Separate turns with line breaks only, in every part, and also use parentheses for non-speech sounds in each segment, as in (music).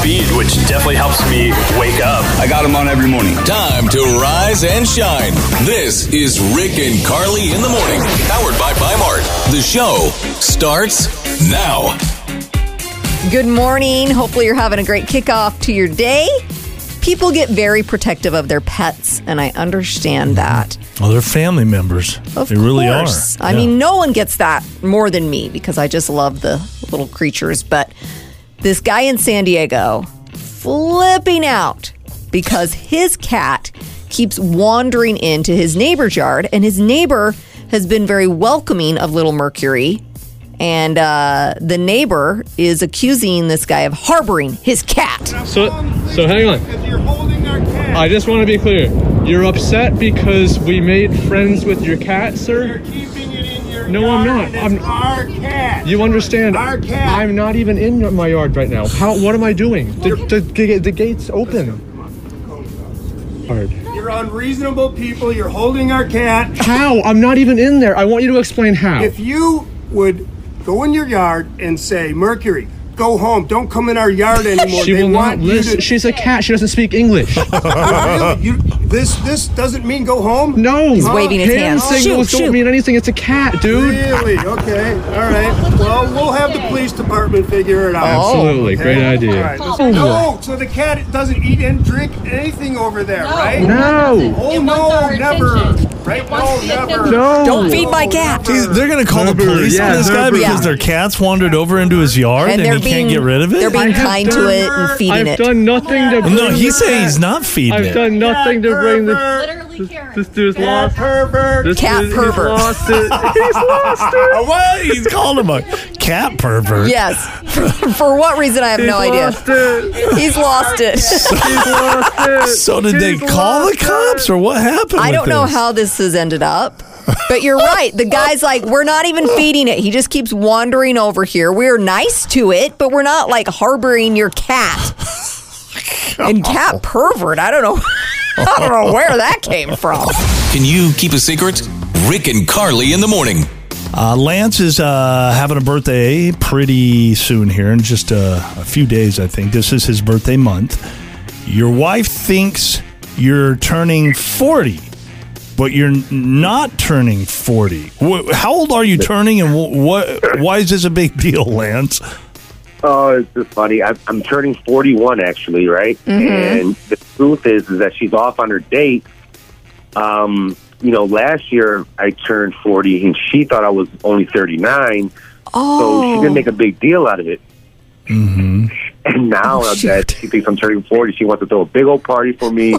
speed, which definitely helps me wake up.
I got them on every morning.
Time to rise and shine. This is Rick and Carly in the morning, powered by Mart. The show starts now.
Good morning. Hopefully, you're having a great kickoff to your day. People get very protective of their pets, and I understand that.
Well, Oh, they're family members.
Of
they really are.
course. I
Yeah.
mean, no one gets that more than me because I just love the little creatures. But this guy in San Diego flipping out because his cat keeps wandering into his neighbor's yard, and his neighbor has been very welcoming of little Mercury. And uh, the neighbor is accusing this guy of harboring his cat.
So, so hang on. I just want to be clear. You're upset because we made friends with your cat, sir? No, I'm not. I'm-
our cat.
You understand?
Our cat.
I'm not even in your- my yard right now. How? What am I doing? The, the, the, the gate's open. Hard.
You're unreasonable people. You're holding our cat.
How? I'm not even in there. I want you to explain how.
If you would go in your yard and say, Mercury, go home. Don't come in our yard anymore.
She
they
will not
want you
listen.
to-
She's a cat. She doesn't
(laughs)
speak English.
Really? (laughs) You- this this doesn't mean go home.
No. He's
waving his
Hand
hands. Shoot,
signals
shoot.
don't mean anything. It's a cat, dude.
Really? Okay. All right. Well, we'll have the police department figure it out.
Absolutely.
Oh. Okay?
Great idea.
All right, let's- No. So the cat doesn't eat and drink anything over there, right?
No.
Oh
It wants
no,
our
never.
attention.
Right?
wants
No,
the
never.
attention.
No.
Don't feed my cat.
Geez, they're going to call the
Herbert,
police on
yeah,
this guy
Herbert.
because
Yeah.
their cats wandered over into his yard and, he can't get rid of it?
They're being kind to it and feeding
I've
it.
done nothing to
(laughs)
bring
no, he's
this
saying he's
back.
not feeding
I've
it.
done nothing to bring the.
Pervert.
Literally Karen.
This dude's
Cat
lost.
pervert.
This
Cat
dude, he's
pervert.
lost
(laughs)
it. He's lost it.
Oh, (laughs) what? He's called him a cat pervert.
Yes. (laughs) For what reason, I have
He's
no idea.
lost it.
He's lost it.
He's lost it.
So did they
He's
call the
lost
cops
it.
or what
(laughs)
happened?
I
with
don't know
this?
how this has ended up. But you're right. The guy's like, we're not even feeding it. He just keeps wandering over here. We're nice to it, but we're not like harboring your
(laughs)
cat. And cat pervert. I don't know. (laughs) I don't know where that came from.
Can you keep a secret? Rick and Carly in the morning.
Uh, Lance is uh, having a birthday pretty soon here in just a, a few days, I think. This is his birthday month. Your wife thinks you're turning 40, but you're n- not turning 40. Wh- How old are you turning, and wh- what? why is this a big deal, Lance?
Oh, it's just funny. I'm, I'm turning 41 actually, right? And the truth is, is that she's off on her date. Um, you know, last year I turned 40, and she thought I was only 39, so she didn't make a big deal out of it. (laughs) And now that she thinks I'm turning 40, she wants to throw a big old party for me,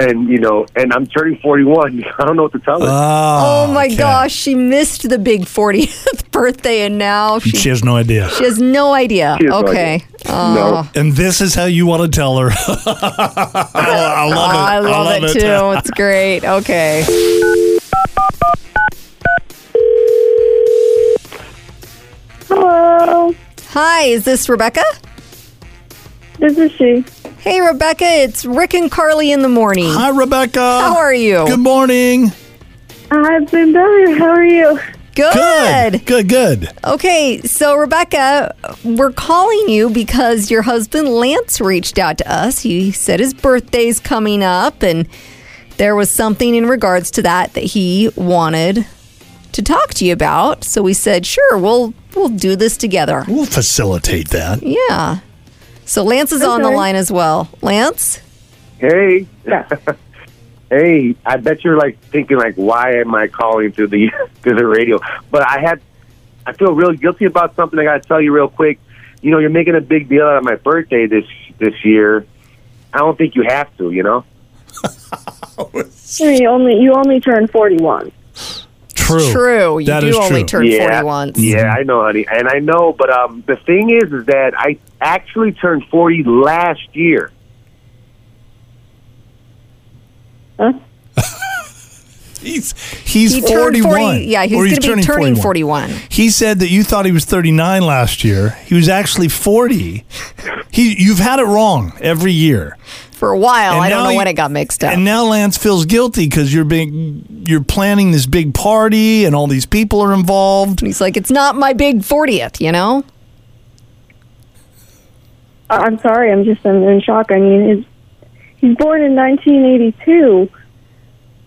and you know, and I'm turning 41. (laughs) I don't know what to tell her.
Oh,
Oh,
my
okay.
gosh. She missed the big 40th (laughs) birthday and now she,
She
she
has no idea.
has no idea.
She has no
okay.
idea. No.
And this is how you want to tell her. (laughs) I love it.
I love, it, (laughs) too. It's great. Okay.
Hello,
Hi, is this Rebecca?
this is she.
Hey, Rebecca, it's Rick and Carly in the morning.
Hi, Rebecca.
How are you?
Good morning.
I've been better. How are you?
Good.
Good, good, good.
Okay, so Rebecca, we're calling you because your husband Lance reached out to us. He said his birthday's coming up, and there was something in regards to that that he wanted to talk to you about. So we said, sure, we'll we'll do this together.
We'll facilitate that.
Yeah. So Lance is on the
Okay.
line as well. Lance,
Hey. (laughs) hey, I bet you're like thinking like why am I calling through the (laughs) through the radio? But I had I feel real guilty about something I gotta tell you real quick. You know, you're making a big deal out of my birthday this this year. I don't think you have to, you know?
You only you only turned forty one.
True.
true. You
That
do
is
only
true.
turn
yeah.
40 once.
Yeah, I know, honey. And I know, but um the thing is is that I actually turned forty last year.
He's he's
He turned
41.
40. Yeah, he's
Or
going to be
turning
turning 41.
He said that you thought he was 39 last year. He was actually 40. He you've had it wrong every year.
for a while.
And
I don't
now
know
you-
when it got mixed up.
And now Lance feels guilty cuz you're being you're planning this big party and all these people are involved.
He's like, it's not my big 40th, you know?
I- I'm sorry. I'm just I'm in shock. I mean, he's he's born in 1982.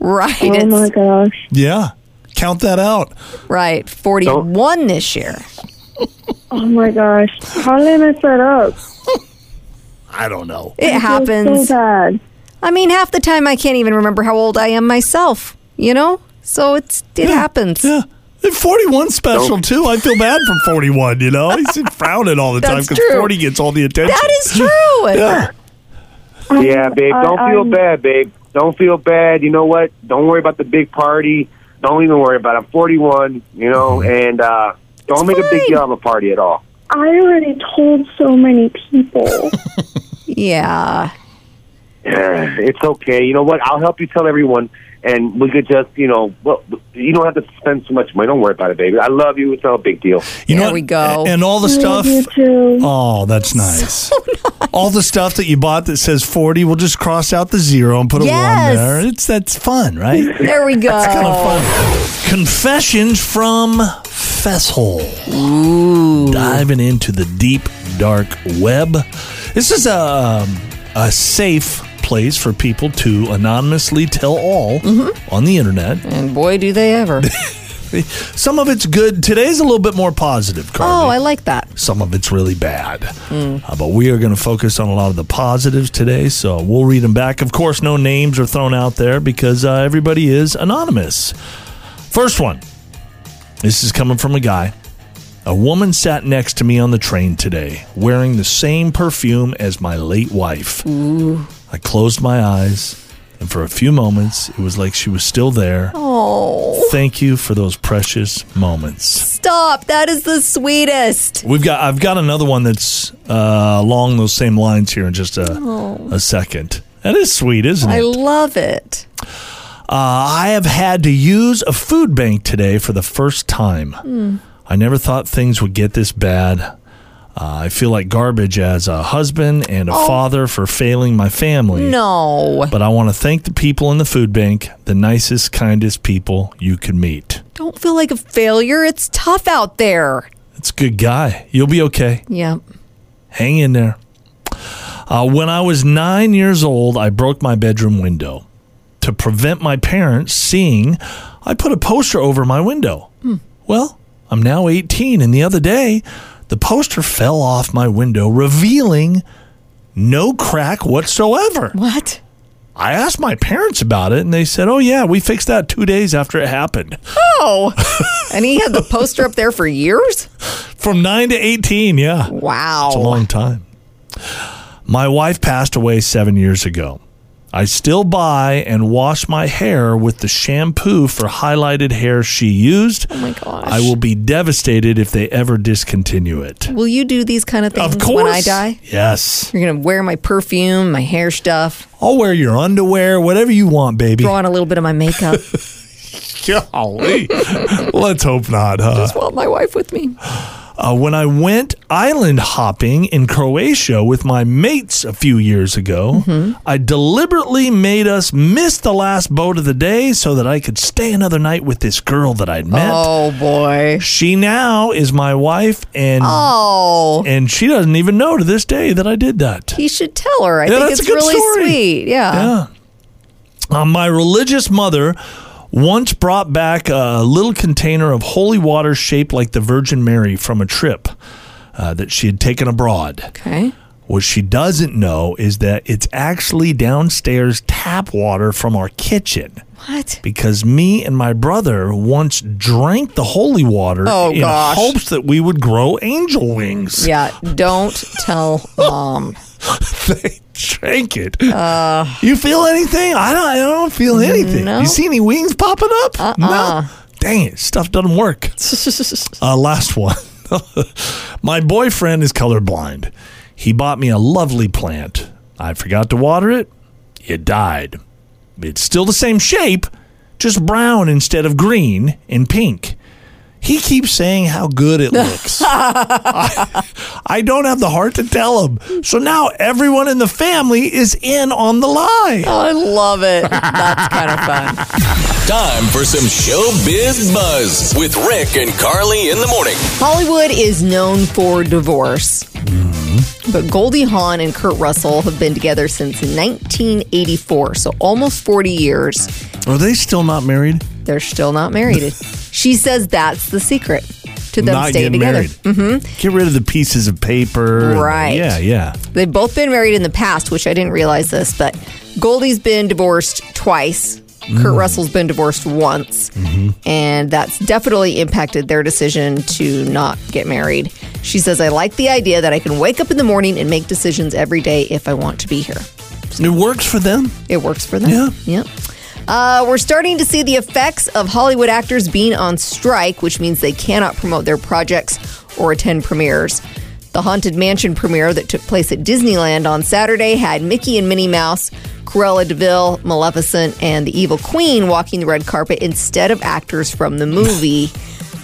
Right.
Oh
it's,
my gosh.
Yeah. Count that out.
Right. 41 this year.
Oh my gosh. How did I mess that up?
I don't know.
It
I feel
happens.
So bad.
I mean, half the time I can't even remember how old I am myself, you know? So it's it happens.
Yeah. And 41 special, too. I feel bad for 41, you know?
(laughs)
He's frowning all the time
That's
because
true.
40 gets all the attention.
That is true.
(laughs) Yeah.
Yeah, babe. Don't
I-
feel
I'm-
bad, babe. Don't feel bad. You know what? Don't worry about the big party. Don't even worry about it. I'm 41, you know, and uh, don't make a big
fine.
deal of a party at all.
I already told so many people.
Yeah.
Yeah, it's okay. You know what? I'll help you tell everyone, and we could just, you know, well, you don't have to spend so much money. Don't worry about it, baby. I love you. It's not a big deal.
You
There
what?
we go.
A- And all the stuff.
Love you too.
Oh, that's nice.
(laughs)
All the stuff that you bought that says 40, we'll just cross out the zero and put a
Yes. Oh.
1 there. It's That's fun, right?
There we go.
Kind of fun. Confessions from Fesshole. Diving into the deep, dark web. This is a, um, a safe place for people to anonymously tell all
Mm-hmm.
on the internet.
Oh, And boy, do they ever.
(laughs) Some of it's good. Today's a little bit more positive, Carly
Oh, I like that.
some of it's really bad. Uh, but we are going to focus on a lot of the positives today, so we'll read them back. Of course, no names are thrown out there because uh, everybody is anonymous. First one. This is coming from a guy. A woman sat next to me on the train today, wearing the same perfume as my late wife. I closed my eyes, and for a few moments, it was like she was still there.
Oh,
Thank you for those precious moments.
stop. That is the sweetest.
We've got I've got another one that's uh, along those same lines here in just a a second. That is sweet, isn't
Oh. I
it?
love it.
Uh, I have had to use a food bank today for the first time.
Hmm.
I never thought things would get this bad. Uh, I feel like garbage as a husband and a father for failing my family.
Oh. No.
But I want to thank the people in the food bank, the nicest, kindest people you could meet.
Don't feel like a failure. It's tough out there.
That's a good guy. You'll be okay.
Yeah.
Hang in there. Uh, when I was nine years old, I broke my bedroom window. To prevent my parents seeing, I put a poster over my window. Well, I'm now 18, and the other day, the poster fell off my window, revealing no crack whatsoever.
What?
I asked my parents about it, and they said, Oh, yeah, we fixed that two days after it happened. (laughs)
Oh. and he had the poster up there for years?
From nine to 18, yeah.
Wow.
It's a long time. My wife passed away seven years ago. I still buy and wash my hair with the shampoo for highlighted hair she used. Oh
my gosh.
I will be devastated if they ever discontinue it.
Will you do these kind of things
Of course.
when I die?
Yes.
You're going to wear my perfume, my hair stuff,
I'll wear your underwear, whatever you want, baby.
throw on a little bit of my makeup.
(laughs) Golly. Let's hope not, huh?
Just want my wife with me.
Uh, when I went island hopping in Croatia with my mates a few years ago,
Mm-hmm.
I deliberately made us miss the last boat of the day so that I could stay another night with this girl that I'd met.
Oh, boy.
She now is my wife, and
Oh.
and she doesn't even know to this day that I did that.
He should tell her. I
Yeah,
think
that's a
it's
good
really
story.
sweet. Yeah.
Yeah. Uh, my religious mother once brought back a little container of holy water shaped like the Virgin Mary from a trip uh, that she had taken abroad.
Okay.
What she doesn't know is that it's actually downstairs tap water from our kitchen
What?
because me and my brother once drank the holy water
Oh,
in
gosh.
hopes that we would grow angel wings.
Yeah. Don't tell mom.
(laughs) they drank it. you feel anything? I don't. I don't feel anything.
Uh. no. Uh-uh.
You see any wings popping up? No. Dang it! Stuff doesn't work. Uh, last one. (laughs) My boyfriend is colorblind. He bought me a lovely plant. I forgot to water it. It died. It's still the same shape, just brown instead of green and pink. He keeps saying how good
(laughs)
it looks. I, I don't have the heart to tell him. So now everyone in the family is in on the lie.
Oh, I love it. That's kind of fun.
Time for some showbiz buzz with Rick and Carly in the morning.
Mm-hmm.
Hollywood is known for divorce. But Goldie Hawn and Kurt Russell have been together since 1984, so almost 40 years.
Are they still not married?
They're still not
(laughs)
married. she says that's the secret to them
not
staying
getting
together.
married. Mm-hmm. Get rid of the pieces of paper. and-
Right.
Yeah, yeah.
They've both been married in the past, which I didn't realize this, but Goldie's been divorced twice.
Mm.
Kurt Russell's been divorced once,
Mm-hmm.
and that's definitely impacted their decision to not get married. She says, I like the idea that I can wake up in the morning and make decisions every day if I want to be here.
It works for them.
It works for them.
Yeah.
Yep. Uh, we're starting to see the effects of Hollywood actors being on strike, which means they cannot promote their projects or attend premieres. The Haunted Mansion premiere that took place at Disneyland on Saturday had Mickey and Minnie Mouse, Cruella DeVille, Maleficent, and the Evil Queen walking the red carpet instead of actors from the movie,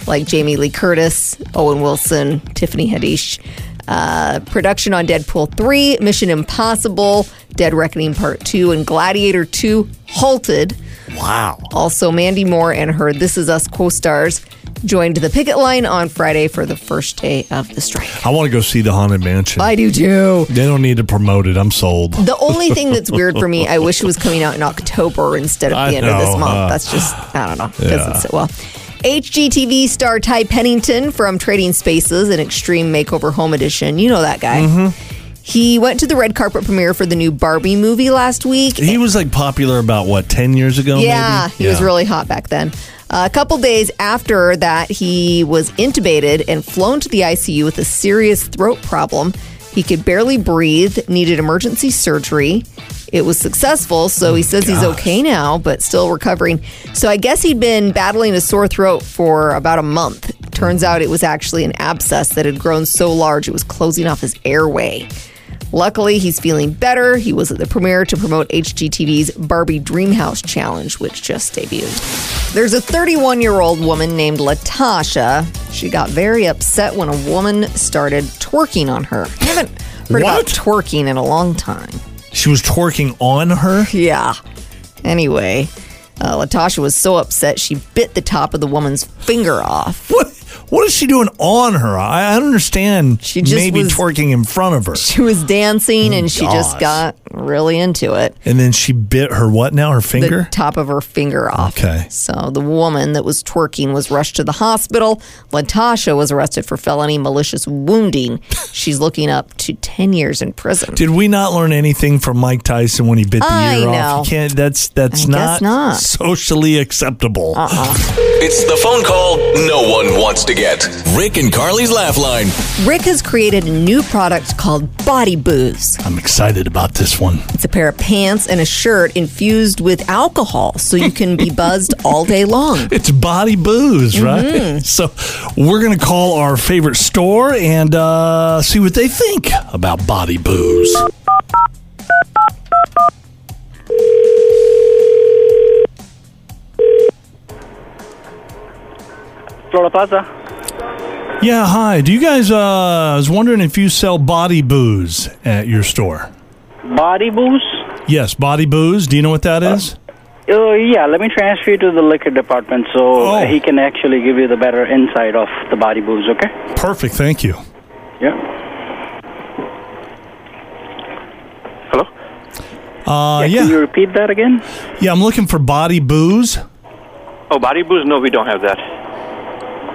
like Jamie Lee Curtis, Owen Wilson, Tiffany Haddish uh, production on Deadpool 3, Mission Impossible, Dead Reckoning Part 2, and Gladiator 2 halted.
Wow.
Also, Mandy Moore and her This Is Us co stars joined the picket line on Friday for the first day of the strike.
I want to go see the Haunted Mansion.
I do too.
they don't need to promote it. I'm sold.
(laughs) The only thing that's weird for me, I wish it was coming out in October instead of
I
the end of this
know,
month.
huh?
That's just, I don't know. It
Yeah.
doesn't sit well. HGTV star Ty Pennington from Trading Spaces and Extreme Makeover Home Edition. You know that guy.
Mm-hmm.
He went to the red carpet premiere for the new Barbie movie last week.
He was like popular about what ten years ago.
Yeah,
maybe?
he was really hot back then. Uh, a couple days after that, he was intubated and flown to the ICU with a serious throat problem. He could barely breathe, needed emergency surgery. It was successful, so he says he's okay now, but still recovering. So I guess he'd been battling a sore throat for about a month. Turns out it was actually an abscess that had grown so large it was closing off his airway. Luckily, he's feeling better. He was at the premiere to promote HGTV's Barbie Dreamhouse Challenge, which just debuted. There's a 31 year old woman named Latasha. She got very upset when a woman started twerking on her. I haven't heard
What?
about twerking in a long time.
She was twerking on her.
Yeah. Anyway, uh, Latasha was so upset she bit the top of the woman's finger off.
What? What is she doing on her? I, I don't understand.
She just
maybe
was-
twerking in front of her,
She was dancing and she just got
gosh.
really into it.
and then she bit her what now? Her
the
finger.
top of her finger off.
Okay.
So the woman that was twerking was rushed to the hospital. Latasha was arrested for felony malicious wounding. She's looking up to 10 years in prison.
Did we not learn anything from Mike Tyson when he bit the
I
ear
know.
off? You can't. That's that's
I guess not. Uh.
socially acceptable.
It's the phone call no one wants to get. Rick and Carly's Laugh Line.
Rick has created a new product called Body Booze.
I'm excited about this one.
It's a pair of pants and a shirt infused with alcohol so you can be buzzed all day long.
(laughs) It's body booze, right? (laughs) So we're going to call our favorite store and uh, see what they think about body booze.
Florida Plaza.
Yeah, hi. Do you guys? Uh, I was wondering if you sell body booze at your store.
Body booze?
Yes, body booze. Do you know what that is?
Oh, yeah, let me transfer you to the liquor department so
Oh.
he can actually give you the better insight of the body booze, okay?
Perfect. Thank you.
Yeah. Hello?
Uh,
Can you
yeah,
repeat that again?
yeah. I'm looking for body booze.
Oh, body booze? No, we don't have that.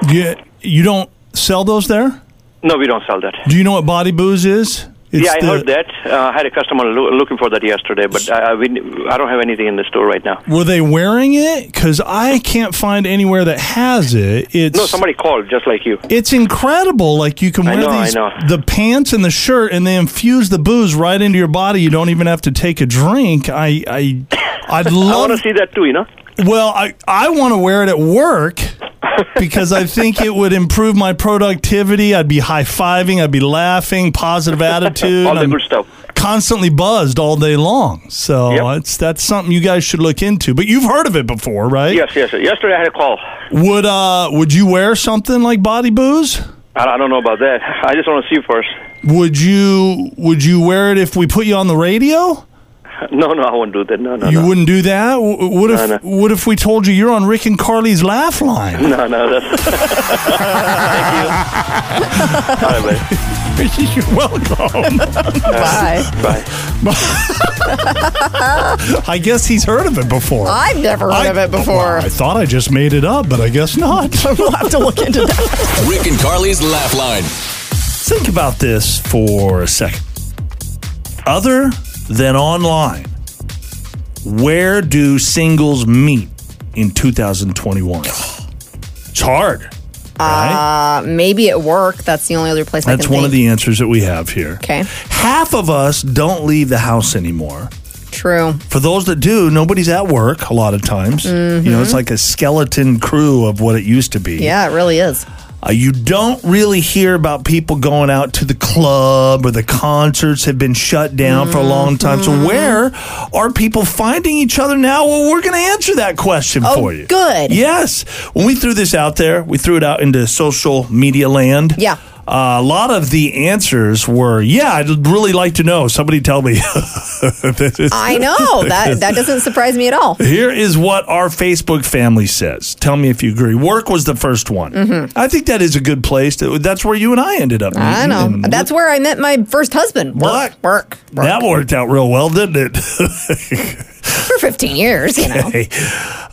You, you don't sell those there?
No, we don't sell that.
Do you know what body booze is? It's
yeah, I
the-
heard that. Uh, I had a customer loo- looking for that yesterday, but I, I, we, I don't have anything in the store right now.
Were they wearing it? Because I can't find anywhere that has it. It's
No, somebody called, just like you.
It's incredible. Like you can
I
wear
know, I
these
know.
the pants and the shirt, and they infuse the booze right into your body. You don't even have to take a drink. I I
(laughs)
I'd
I
love.
want to see that too, you know?
well, I I want to wear it at work because I think it would improve my productivity. I'd be high fiving. I'd be laughing. Positive attitude.
All the
I'm
good stuff.
Constantly buzzed all day long. So
Yep.
it's that's something you guys should look into. But you've heard of it before, right?
Yes, yes. Yesterday I had a call.
Would uh would you wear something like body booze?
I, I don't know about that. (laughs) I just want to see first.
Would you would you wear it if we put you on the radio?
No, no, I won't do that. No, no,
you
Uh-huh.
no.
wouldn't do that. W- What if
No, no.
What if we told you you're on Rick and Carly's laugh line?
(laughs)
No, no, that's. (laughs) Thank you. All right, buddy.
You're welcome.
Bye.
Bye.
(laughs) I guess he's heard of it before.
I've never heard
I-
of it before.
Well, I thought I just made it up, but I guess not.
(laughs) we'll have to look into that.
Rick and Carly's laugh line.
(laughs) Think about this for a second. Other than online, where do singles meet in 2021? It's hard, right?
Uh, maybe at work. That's the only other place I
That's
can
one of
think.
the answers that we have here.
Okay.
Half of us don't leave the house anymore.
True.
For those that do, nobody's at work a lot of times. You know, it's like a skeleton crew of what it used to be.
Mm-hmm. Yeah, it really is.
Uh, you don't really hear about people going out to the club or the concerts have been shut down for a long time.
Mm-hmm.
So where are people finding each other now? Well, we're going to answer that question
Oh,
for you.
good.
Yes. When we threw this out there, we threw it out into social media land.
Yeah.
Uh, a lot of the answers were, yeah, I'd really like to know. Somebody tell me. (laughs)
I know that that doesn't surprise me at all.
Here is what our Facebook family says. Tell me if you agree. Work was the first one. I think that is a good place. To, that's where you and I ended up.
Mm-hmm. I
meeting,
know.
and
That's where I met my first husband. Work,
What?
work, work.
that worked out real well, didn't it? (laughs)
for 15 years, you know.
hey,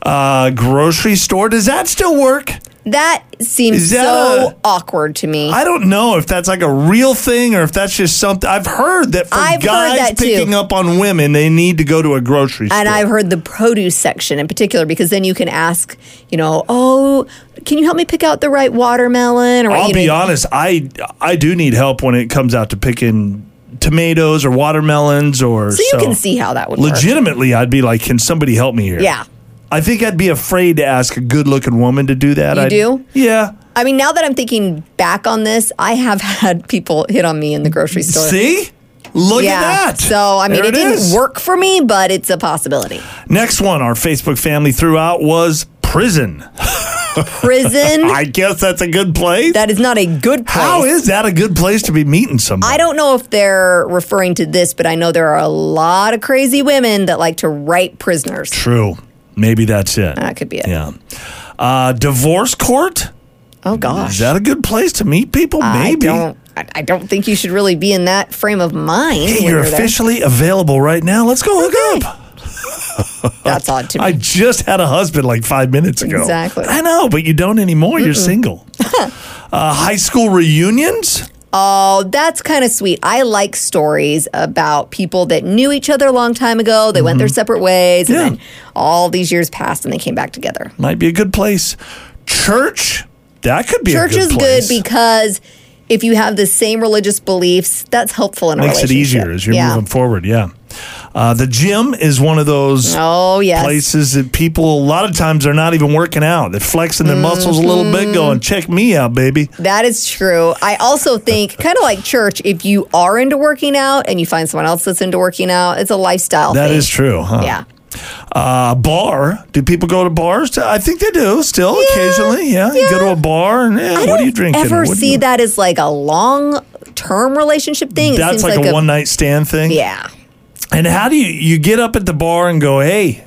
uh, grocery store. Does that still work?
That seems
Is that
so
a-
awkward to me.
I don't know if that's like a real thing or if that's just something. I've heard that for
I've heard
guys
that too.
picking up on women, they need to go to a grocery store.
and I've heard the produce section in particular because then you can ask, you know, oh, can you help me pick out the right watermelon? Or
I'll
you
be
know,
honest. I I do need help when it comes out to picking tomatoes or watermelons or
So you can see how that would work.
legitimately i'd be like can somebody help me here
Yeah.
i think i'd be afraid to ask a good looking woman to do that
You
I'd-
do?
yeah
I mean, now that I'm thinking back on this, I have (laughs) had people hit on me in the grocery store.
see look
yeah.
at that
So I mean,
There
it, didn't
is.
work for me, but it's a possibility.
next one our facebook family threw out was prison
Prison.
(laughs) i guess that's a good place
Hmm. that is not a good place.
how is that a good place to be meeting somebody
I don't know if they're referring to this, but I know there are a lot of crazy women that like to write prisoners.
true maybe that's it
That could be it.
yeah uh, divorce court
Oh
is
gosh,
that a good place to meet people
I
maybe
don't. I I don't think you should really be in that frame of mind.
Hey,
when
you're
there.
officially available right now let's go hook up
That's odd to me.
I just had a husband like five minutes ago.
Exactly.
I know, but you don't anymore.
(laughs)
You're single. uh, high school reunions.
Oh, that's kind of sweet. I like stories about people that knew each other a long time ago. They went their separate ways,
Mm-hmm. Yeah.
and then all these years passed, and they came back together.
Might be a good place. Church. That could be
Church
a good
is
place.
good because if you have the same religious beliefs, that's helpful in a
Makes it
relationship.
easier as you're
yeah.
moving forward. Yeah. Uh, the gym is one of those
Oh yes,
places that people, a lot of times, are not even working out. They're flexing their muscles a little
Mm-hmm.
bit, going, check me out, baby.
That is true. I also think, kind of like church, if you are into working out and you find someone else that's into working out, it's a lifestyle.
That
thing.
is true, huh?
Yeah.
Uh, bar. Do people go to bars? I think they do still occasionally. Yeah, you go to a bar and eh,
I
what
don't
are you drinking?
ever
What do
see
you-
that as like a long term relationship thing. it
That's
seems
like, a, one night stand thing.
Yeah.
And how do you you get up at the bar and go, hey?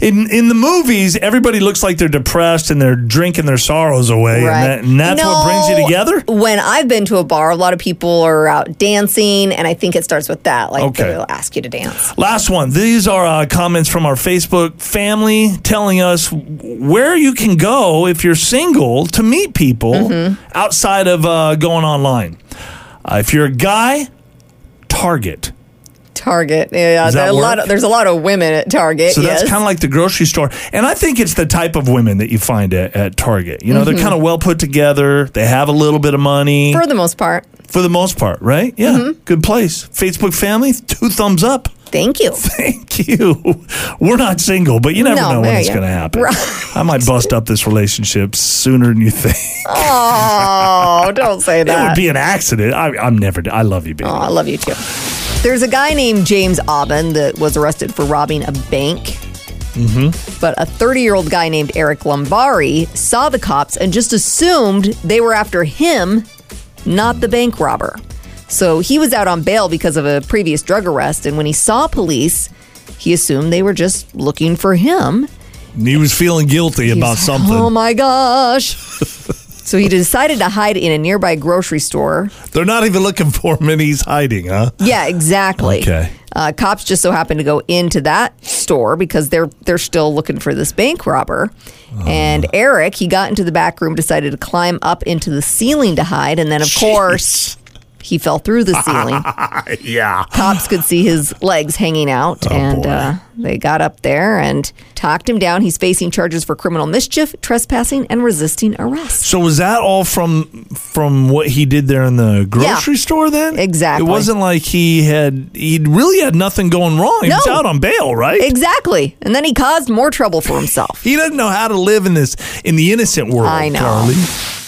In in the movies, everybody looks like they're depressed and they're drinking their sorrows away,
Right.
and, that, and that's what brings you
No,
together.
When I've been to a bar, a lot of people are out dancing, and I think it starts with that. Like
Okay.
they'll ask you to dance.
Last one. These are uh, comments from our Facebook family telling us where you can go if you're single to meet people outside of uh, going online. Uh, if you're a guy, Target.
Target. Yeah.
Does that
there are a lot
work?
of, there's a lot of women at Target.
So that's
yes.
kind of like the grocery store. And I think it's the type of women that you find at, at Target. You know, they're kind of well put together, they have a little bit of money for,
for the most part.
the most part, right? Yeah, good place. Facebook family, two thumbs up.
Thank
(laughs)
you.
Thank you. We're not single, but you never
No,
know when
there
it's
you-
going to happen.
Right.
I might bust up this relationship sooner than you think. (laughs)
Oh, don't say
That
that.
would be an accident. I, I'm never. I love you, baby.
Oh, I love you too. There's a guy named James Aubin that was arrested for robbing a bank. Mm-hmm. But a 30 year old guy named Eric Lombari saw the cops and just assumed they were after him, not the bank robber. So he was out on bail because of a previous drug arrest. And when he saw police, He assumed they were just looking for him.
And he was feeling guilty
He was
about
like,
something.
Oh my
(laughs)
gosh. so he decided to hide in a nearby grocery store.
They're not even looking for him, and he's hiding, huh?
Yeah, exactly.
Okay.
Uh, cops just so happened to go into that store because they're they're still looking for this bank robber. And Eric, he got into the back room, decided to climb up into the ceiling to hide, and then of course he fell through the ceiling.
(laughs) yeah.
Cops could see his legs hanging out, and uh, they got up there and talked him down. He's facing charges for criminal mischief, trespassing, and resisting arrest.
So was that all from from what he did there in the grocery
Yeah.
store? Then
Exactly.
It wasn't like he had he really had nothing going wrong. He was
No.
out on bail, right?
Exactly. And then he caused more trouble for himself.
He doesn't know how to live in this in the innocent world.
I know.
Carly.